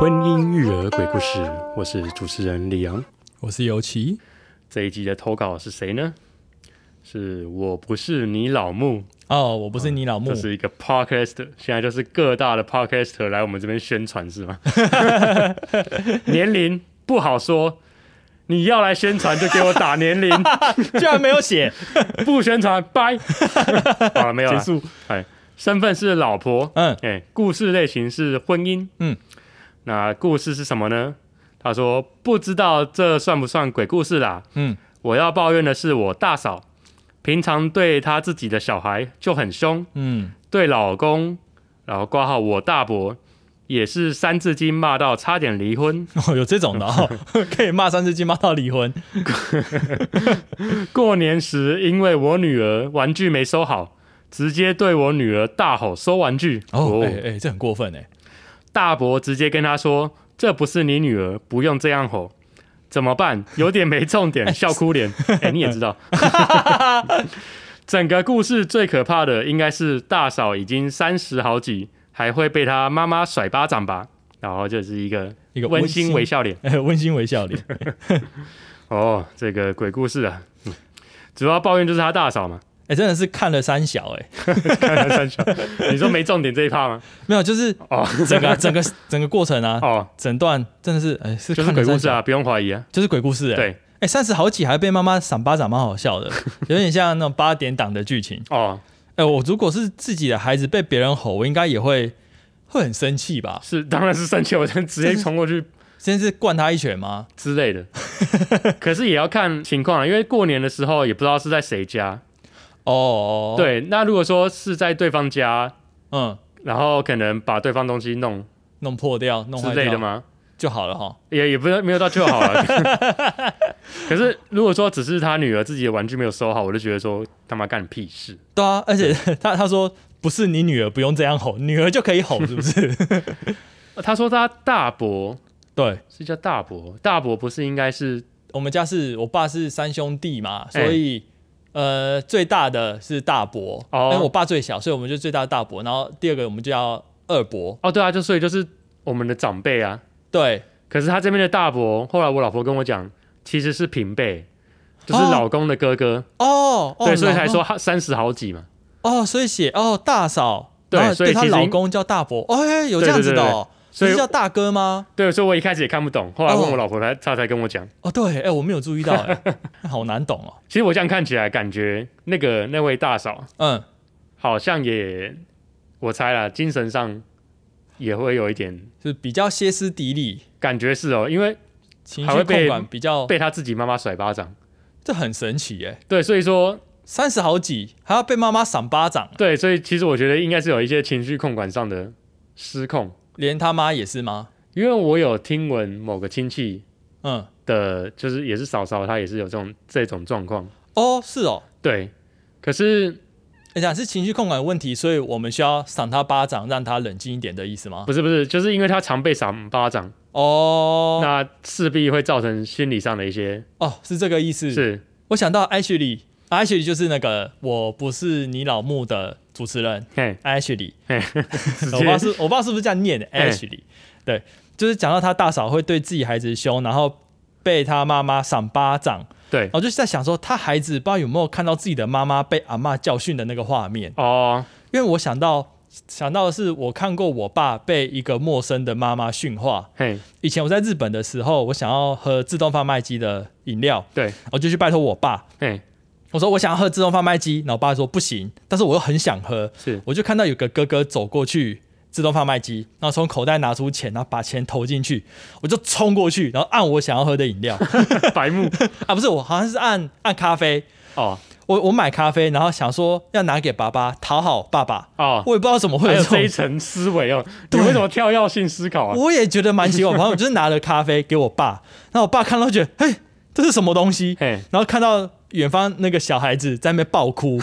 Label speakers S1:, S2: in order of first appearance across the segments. S1: 婚姻育儿鬼故事，我是主持人李阳。
S2: 我是尤其，
S1: 这一集的投稿是谁呢？是我不是你老木，
S2: 哦，我不是你老木，
S1: 这 是一个 podcast，现在就是各大的 podcast 来我们这边宣传是 吗？年龄不好说，你要来宣传就给我打年龄，
S2: 居然没有写，
S1: 不宣传 拜。好了，没有
S2: 结
S1: 了。
S2: 束，
S1: 哎，身份是老婆，
S2: 嗯，
S1: 哎，故事类型是婚姻，
S2: 嗯，
S1: 那故事是什么呢？他说不知道这算不算鬼故事啦，
S2: 嗯，
S1: 我要抱怨的是我大嫂，平常对她自己的小孩就很凶，
S2: 嗯，
S1: 对老公，然后挂号我大伯。也是三字经骂到差点离婚，
S2: 哦，有这种的哦，可以骂三字经骂到离婚，
S1: 过年时因为我女儿玩具没收好，直接对我女儿大吼收玩具。
S2: 哦，哎哎，这很过分哎，
S1: 大伯直接跟他说：“这不是你女儿，不用这样吼。”怎么办？有点没重 点，笑哭脸。哎、你也知道，整个故事最可怕的应该是大嫂已经三十好几，还会被她妈妈甩巴掌吧？然后就是一个
S2: 一个
S1: 温馨微笑脸。
S2: 哎温馨微笑脸，
S1: 哦，这个鬼故事啊，嗯主要抱怨就是他大嫂 嘛。
S2: 哎，真的是看了三小哎，
S1: 三小，你说没重点这一趴吗？
S2: 没有，就是
S1: 哦
S2: 整个整个整个过程啊，
S1: 哦，
S2: 整段真的是哎是
S1: 就是
S2: 看了
S1: 鬼故
S2: 三
S1: 事
S2: 小，
S1: 啊，不用怀疑啊。
S2: 就是鬼故事哎，
S1: 对，
S2: 哎三十好几还被妈妈赏巴掌，蛮好 笑的，有点像那种八点档的剧情。
S1: 哦，
S2: 哎，我如果是自己的孩子被别人吼，我应该也会会很生气吧？
S1: 是，当然是生气，我就直接冲过去
S2: 先是灌他一拳吗？
S1: 之类的。 可是也要看情况啊，因为过年的时候也不知道是在谁家。
S2: 哦哦，哦，
S1: 对，那如果说是在对方家，
S2: 嗯，
S1: 然后可能把对方东西弄
S2: 弄破掉、弄
S1: 之
S2: 坏
S1: 类
S2: 掉
S1: 的吗？
S2: 就好了哈。
S1: 也也不是没有到就好 了。可是如果说只是他女儿自己的玩具没有收好，我就觉得说他妈干你屁事。
S2: 对啊，而且 他他说不是你女儿不用这样吼，女儿就可 以吼，是不是？
S1: 呃他说他大伯
S2: 对，
S1: 是叫大伯，大伯不是应该是
S2: 我们家是我爸是三兄弟嘛，所
S1: 哎
S2: 以、呃最大的是大伯，
S1: 哦
S2: 哦、我爸最小，所以我们就最大的大伯，然后第二个我们就叫二伯。
S1: 哦对啊，就所以就是我们的长辈啊。
S2: 对，
S1: 可是他这边的大伯，后来我老婆跟我讲，其实是平辈，就是
S2: 哦
S1: 老公的哥哥。
S2: 哦，哦
S1: 对，所以才
S2: 老
S1: 说他三十好几嘛。
S2: 哦，所以写哦大嫂。
S1: 对
S2: 然后
S1: 所以
S2: 对她
S1: 其实
S2: 老
S1: 应
S2: 公叫大伯，哦，哎，有这样子的、哦，
S1: 对对对对所以
S2: 是叫大哥吗？
S1: 对，所以我一开始也看不懂，后来问
S2: 哦
S1: 我老婆，她她才跟我讲。
S2: 哦，对，哎，我没有注意到， 哎，好难懂哦，
S1: 其实我这样看起来，感觉那个那位大嫂
S2: 嗯，
S1: 好像也，我猜啦，精神上也会有一点
S2: 是比较歇斯底里，
S1: 感觉是哦，因为
S2: 情
S1: 还
S2: 绪
S1: 会被
S2: 控管比较，
S1: 被她自己妈妈甩巴掌。
S2: 这很神奇耶，
S1: 对，所以说
S2: 三十好几还要被妈妈赏巴掌，
S1: 对，所以其实我觉得应该是有一些情绪控管上的失控，
S2: 连他妈也是吗？
S1: 因为我有听闻某个亲戚
S2: 嗯，
S1: 的，就是也是嫂嫂，她也是有这种这种状况。
S2: 哦，是哦，
S1: 对，可是
S2: 你想是情绪控管问题，所以我们需要赏他巴掌，让他冷静一点的意思吗？
S1: 不是不是，就是因为她常被赏巴掌。
S2: 哦，
S1: 那势必会造成心理上的一些
S2: 哦，是这个意思。
S1: 是
S2: 我想到 Ashley。Ashley 啊就是那个我不是你老木的主持人
S1: 嘿，
S2: Ashley，
S1: 直
S2: 我不知
S1: 接
S2: 道是我不知道是不是这样念的
S1: 哎
S2: Ashley，对，就是讲到他大嫂会对自己孩子凶，然后被他妈妈赏巴掌，
S1: 对
S2: 我就在想说，他孩子不知道有没有看到自己的妈妈被阿嬷教训的那个画面，
S1: 哦，
S2: 因为我想到想到的是，我看过我爸被一个陌生的妈妈训话。
S1: 嘿，
S2: 以前我在日本的时候，我想要喝自动贩卖机的饮料，
S1: 对，
S2: 我就去拜托我爸，
S1: 嘿，
S2: 我说我想要喝自动贩卖机，然后我爸说不行，但是我又很想喝，
S1: 是
S2: 我就看到有个哥哥走过去自动贩卖机，然后从口袋拿出钱，然后把钱投进去，我就冲过去，然后按我想要喝的饮 料
S1: 白 目
S2: 啊，不是我好像是按按咖啡，
S1: 哦
S2: 我我买咖啡，然后想说要拿给爸爸讨好爸爸，
S1: 哦，
S2: 我也不知道怎么会
S1: 还
S2: 有
S1: 有
S2: 这
S1: 这一
S2: 种，
S1: 层思维哦，你为什么跳跃性思考啊？
S2: 我也觉得蛮奇怪。反正我就是拿了咖啡给我爸，然后我爸看到觉得，嘿，这是什么东西？
S1: 嘿，
S2: 然后看到远方那个小孩子在那边爆哭，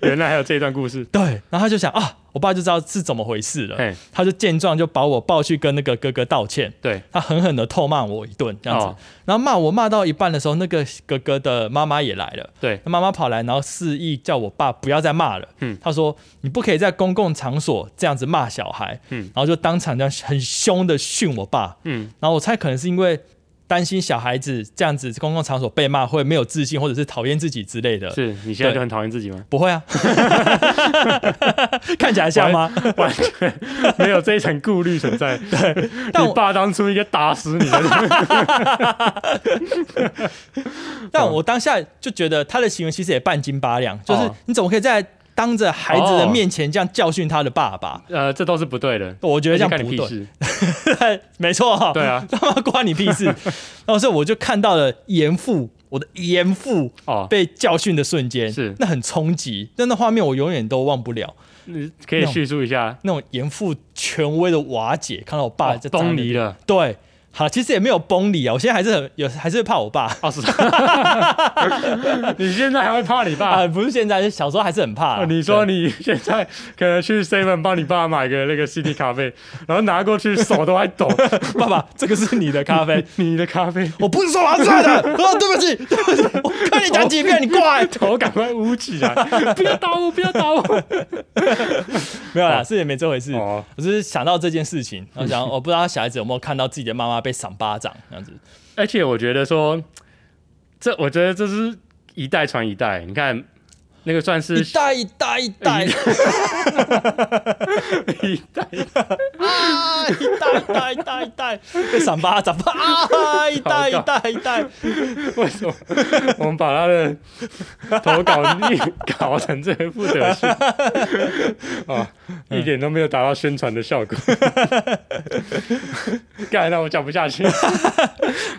S1: 原来还有这一段故 事。
S2: 对，然后他就想啊，我爸就知道是怎么回事了，
S1: 嘿，
S2: 他就见状就把我抱去跟那个哥哥道歉，
S1: 对，
S2: 他狠狠的痛骂我一顿这样子，
S1: 哦
S2: 然后骂我骂到一半的时候，那个哥哥的妈妈也来了，
S1: 对，
S2: 他妈妈跑来，然后示意叫我爸不要再骂了，
S1: 嗯
S2: 他说你不可以在公共场所这样子骂小孩，
S1: 嗯
S2: 然后就当场这样很凶的训我爸，
S1: 嗯，
S2: 然后我猜可能是因为担心小孩子这样子公共场所被骂会没有自信，或者是讨厌自己之类的。
S1: 是你现在
S2: 对
S1: 就很讨厌自己 吗？
S2: 不 会啊，看起来像吗？
S1: 完全没有这一层顾虑存在。对，
S2: 但
S1: 你
S2: 我
S1: 爸当初应该打死你 的。
S2: 但我当下就觉得他的行为其实也半斤八两，就是
S1: 嗯哦
S2: 你怎么可以在当着孩子的
S1: 哦
S2: 面前这样教训他的爸爸？
S1: 呃，这都是不对的。
S2: 我觉得这样
S1: 干你
S2: 不
S1: 屁
S2: 对，
S1: 事。
S2: 对，没错、
S1: 对啊，
S2: 他妈关你屁 事！然后所以我就看到了严父，我的严父
S1: 哦，
S2: 被教训的瞬间，
S1: 是
S2: 那很冲击，但那画面我永远都忘不了，
S1: 你可以叙述一下。
S2: 那种严父权威的瓦解，看到我爸
S1: 哦
S2: 在站在
S1: 东
S2: 那
S1: 离
S2: 边，
S1: 了，
S2: 对。好，其实也没有崩离啊，我现在还是很有，还是会怕我爸
S1: 哦是。 你现在还会怕你
S2: 啊、
S1: 爸？
S2: 不是现在，是小时候还是很怕啊、
S1: 哦你说
S2: 对
S1: 你现在可能去 Seven 帮你爸买个那个 CD 咖 啡，然后拿过去手都还抖，
S2: 爸爸，这个是你的咖啡，
S1: 你的咖啡
S2: 我不是说我要算的， 哦，对不起，对不起，我跟你讲几遍，你过来，
S1: 头赶快捂起 来，不要打我，不要打我。
S2: 没有啦，是也没这回事，
S1: 哦，
S2: 我只是想到这件事 情，然后想，哦我不知道小孩子有没有看到自己的妈妈被赏巴掌这样子。
S1: 而且我觉得说，这我觉得这是一代传一代。你看，那个算是
S2: 一代一代一 代
S1: 一
S2: 啊，
S1: 一代
S2: 一代一代一代一代被赏巴 掌啊，一代一代一代，
S1: 为什么 我们把他的投稿逆搞成这个副德 行啊？
S2: 嗯
S1: 一点都没有达到宣传的效果。 干，那我讲不下 去。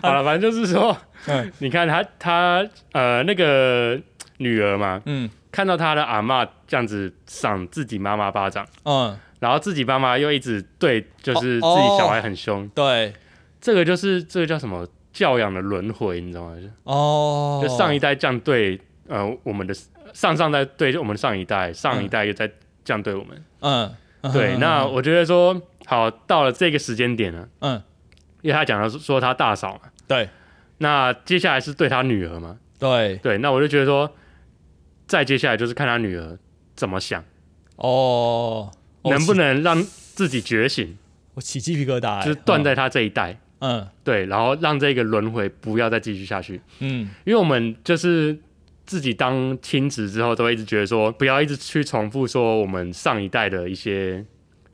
S1: 好了，反正就是说，
S2: 嗯
S1: 你看他他呃那个女儿嘛，
S2: 嗯
S1: 看到他的阿嬷这样子赏自己妈妈巴掌。
S2: 嗯，
S1: 然后自己爸妈又一直对，就是自
S2: 哦
S1: 己小孩很凶，
S2: 对
S1: 这个就是这个叫什么教养的轮回，你知道吗？就
S2: 哦，
S1: 就上一代这样对，呃，我们的上上代对我们上一代，上一代又在这样对我们。
S2: 嗯
S1: 对，那我觉得说好到了这个时间点了，
S2: 嗯
S1: 因为他讲到说说他大嫂嘛，
S2: 对
S1: 那接下来是对他女儿嘛，
S2: 对
S1: 对，那我就觉得说，再接下来就是看他女儿怎么想，
S2: 哦，我
S1: 能不
S2: 起
S1: 能让自己觉醒，
S2: 我起鸡皮疙瘩欸，
S1: 就是断在他这一代。
S2: 嗯
S1: 对，然后让这个轮回不要再继续下去，
S2: 嗯
S1: 因为我们就是自己当亲子之后，都会一直觉得说，不要一直去重复说我们上一代的一些，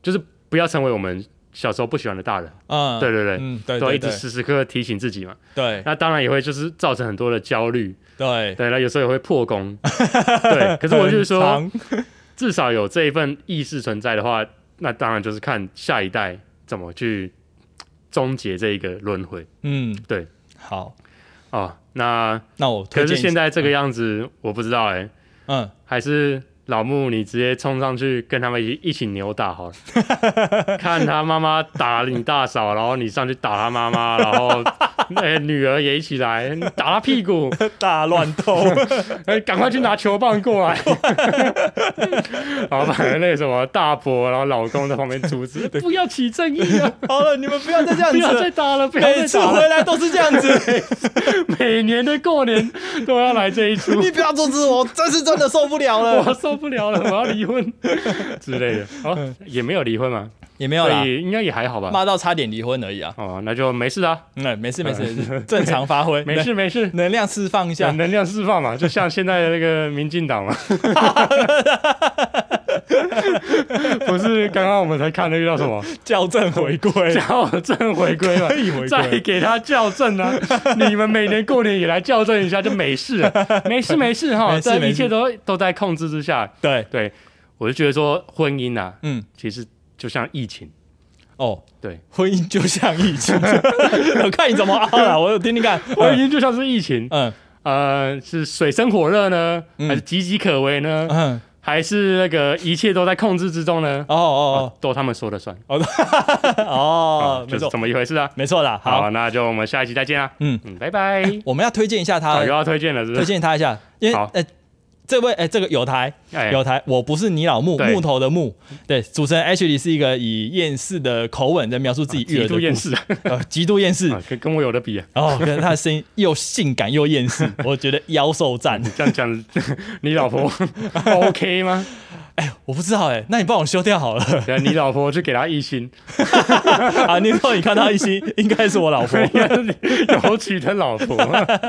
S1: 就是不要成为我们小时候不喜欢的大人。
S2: 嗯，
S1: 对对对，
S2: 嗯对
S1: 都要
S2: 对
S1: 一直
S2: 对
S1: 时时刻刻提醒自己嘛。
S2: 对
S1: 那当然也会就是造成很多的焦虑，
S2: 对，
S1: 对，那有时候也会破 功。对，可是我就是
S2: 很
S1: 说，
S2: 长
S1: 至少有这一份意识存在的话，那当然就是看下一代怎么去终结这一个轮回
S2: 嗯
S1: 对，
S2: 好，
S1: 哦。那
S2: 那我推
S1: 可是
S2: 荐
S1: 现在这个样子，我不知道哎、
S2: 嗯。
S1: 还是老木你直接冲上去跟他们一起一起扭打好 了，看他妈妈打你大嫂，然后你上去打他妈妈，然后 哎、女儿也一起来，你打他屁 股，
S2: 大乱 斗，
S1: 哎、赶快去拿球棒过来。 然后把那个什么大伯，然后老公在旁边阻 止，不要起正义了，
S2: 好了，你们不要再这样
S1: 不
S2: 子
S1: 要
S2: 了
S1: 再，打了，不要
S2: 每
S1: 再
S2: 次
S1: 打了。
S2: 回来都是这样子，
S1: 每年的过年都要来这一出，
S2: 你不要阻止我，这次真的受不了
S1: 我
S2: 了。
S1: 受不了了，我要离婚 之类的。哦，也没有离婚嘛，
S2: 也没有
S1: 所
S2: 啦，
S1: 以应该也还好吧。
S2: 骂到差点离婚而已啊。
S1: 哦，那就没事啊，
S2: 嗯，没事没事没事，正常发挥，
S1: 没事没事，
S2: 能，能量释放一
S1: 有
S2: 下。
S1: 能量释放 嘛，就像现在的那个民进党嘛。不是刚刚我们才看那个叫什么
S2: 校正回归，
S1: 校正回归嘛
S2: 可以回归，
S1: 再给他校正 啊！你们每年过年也来校正一下，就没事 了，没事没事哈，
S2: 没事
S1: 这
S2: 没
S1: 一
S2: 事
S1: 切都都在控制之下。
S2: 对，
S1: 对，我就觉得说婚姻啊，
S2: 嗯，
S1: 其实就像疫情，
S2: 哦，
S1: 对，
S2: 婚姻就像疫 情，我看你怎么凹了，我有听听看。
S1: 婚姻就像是疫情，
S2: 嗯
S1: 呃，是水深火热呢，
S2: 嗯
S1: 还是岌岌可危呢？
S2: 嗯，
S1: 还是那个一切都在控制之中呢？
S2: 哦 哦
S1: 都他们说了算
S2: 哦哦，
S1: 就
S2: 没
S1: 是
S2: 错
S1: 这么一回事啊。
S2: 没错啦。好，
S1: 好，那就我们下一期再见啦。
S2: 嗯
S1: 嗯，拜拜。
S2: 我们要推荐一下他
S1: 啊，又，要推荐了，是不
S2: 推
S1: 是？
S2: 荐他一下，因为
S1: 好
S2: 呃，这位哎，这个有台
S1: 哎，
S2: 有台，我不是你老木，
S1: 对
S2: 木头的木。对，主持人 Ashley 是一个以厌世的口吻在描述自己育儿
S1: 啊极
S2: 的故
S1: 度
S2: 事，
S1: 厌世，
S2: 呃，极度厌世。
S1: 啊跟跟我有的比啊。
S2: 哦，可是他的声音 又性感又厌世， 我觉得妖兽赞。
S1: 这样讲， 你老婆 OK 吗？
S2: 我不知道哎、那你帮我修掉好了
S1: 对啊，你老婆去给他一星，
S2: 啊！你说你看到一心， 应该是我 老婆
S1: 有娶的老婆，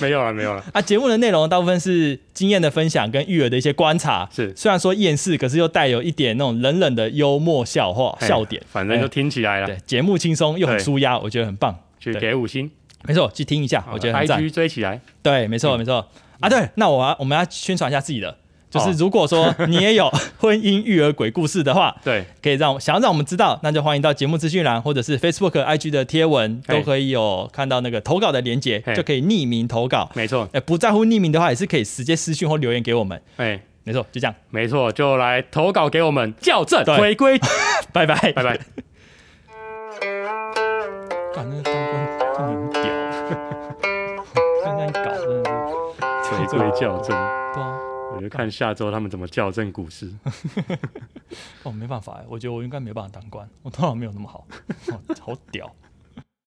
S1: 没有了，没有了。
S2: 啊。节目的内容大部分是经验的分享跟育儿的一些观察，
S1: 是
S2: 虽然说厌世，可是又带有一点那种冷冷的幽默笑话
S1: 哎
S2: 笑点。
S1: 反正就听起来了，
S2: 对，节目轻松又很
S1: 啊对
S2: 舒压，我觉得很棒。
S1: 去
S2: 对
S1: 给五星，
S2: 没错，去听一下，我觉得很赞。
S1: IG 追起来，
S2: 对，没
S1: 嗯
S2: 错，没错啊。对，那我要我们要宣传一下自己的，
S1: 哦
S2: 就是如果 说你也有 婚姻育儿鬼故事的话，
S1: 对，
S2: 可以让想要让我们知道，那就欢迎到节目资讯栏或者是 Facebook、IG 的贴文
S1: 嘿
S2: 都可以有看到那个投稿的连接
S1: 嘿，
S2: 就可以匿名投稿。
S1: 没错，
S2: 哎，不在乎匿名的话，也是可以直接私讯或留言给我们。
S1: 哎，
S2: 没错，就这样，
S1: 没错，就来投稿给我们校正
S2: 对
S1: 回 归，
S2: 拜拜，
S1: 拜拜。
S2: 干那个灯光真的很屌， 刚刚搞真的是，
S1: 回归校正，
S2: 对啊，
S1: 我就看下周他们怎么校正股市。
S2: 哦，没办法哎，我觉得我应该没办法当官，我头脑没有那么好，哦好屌。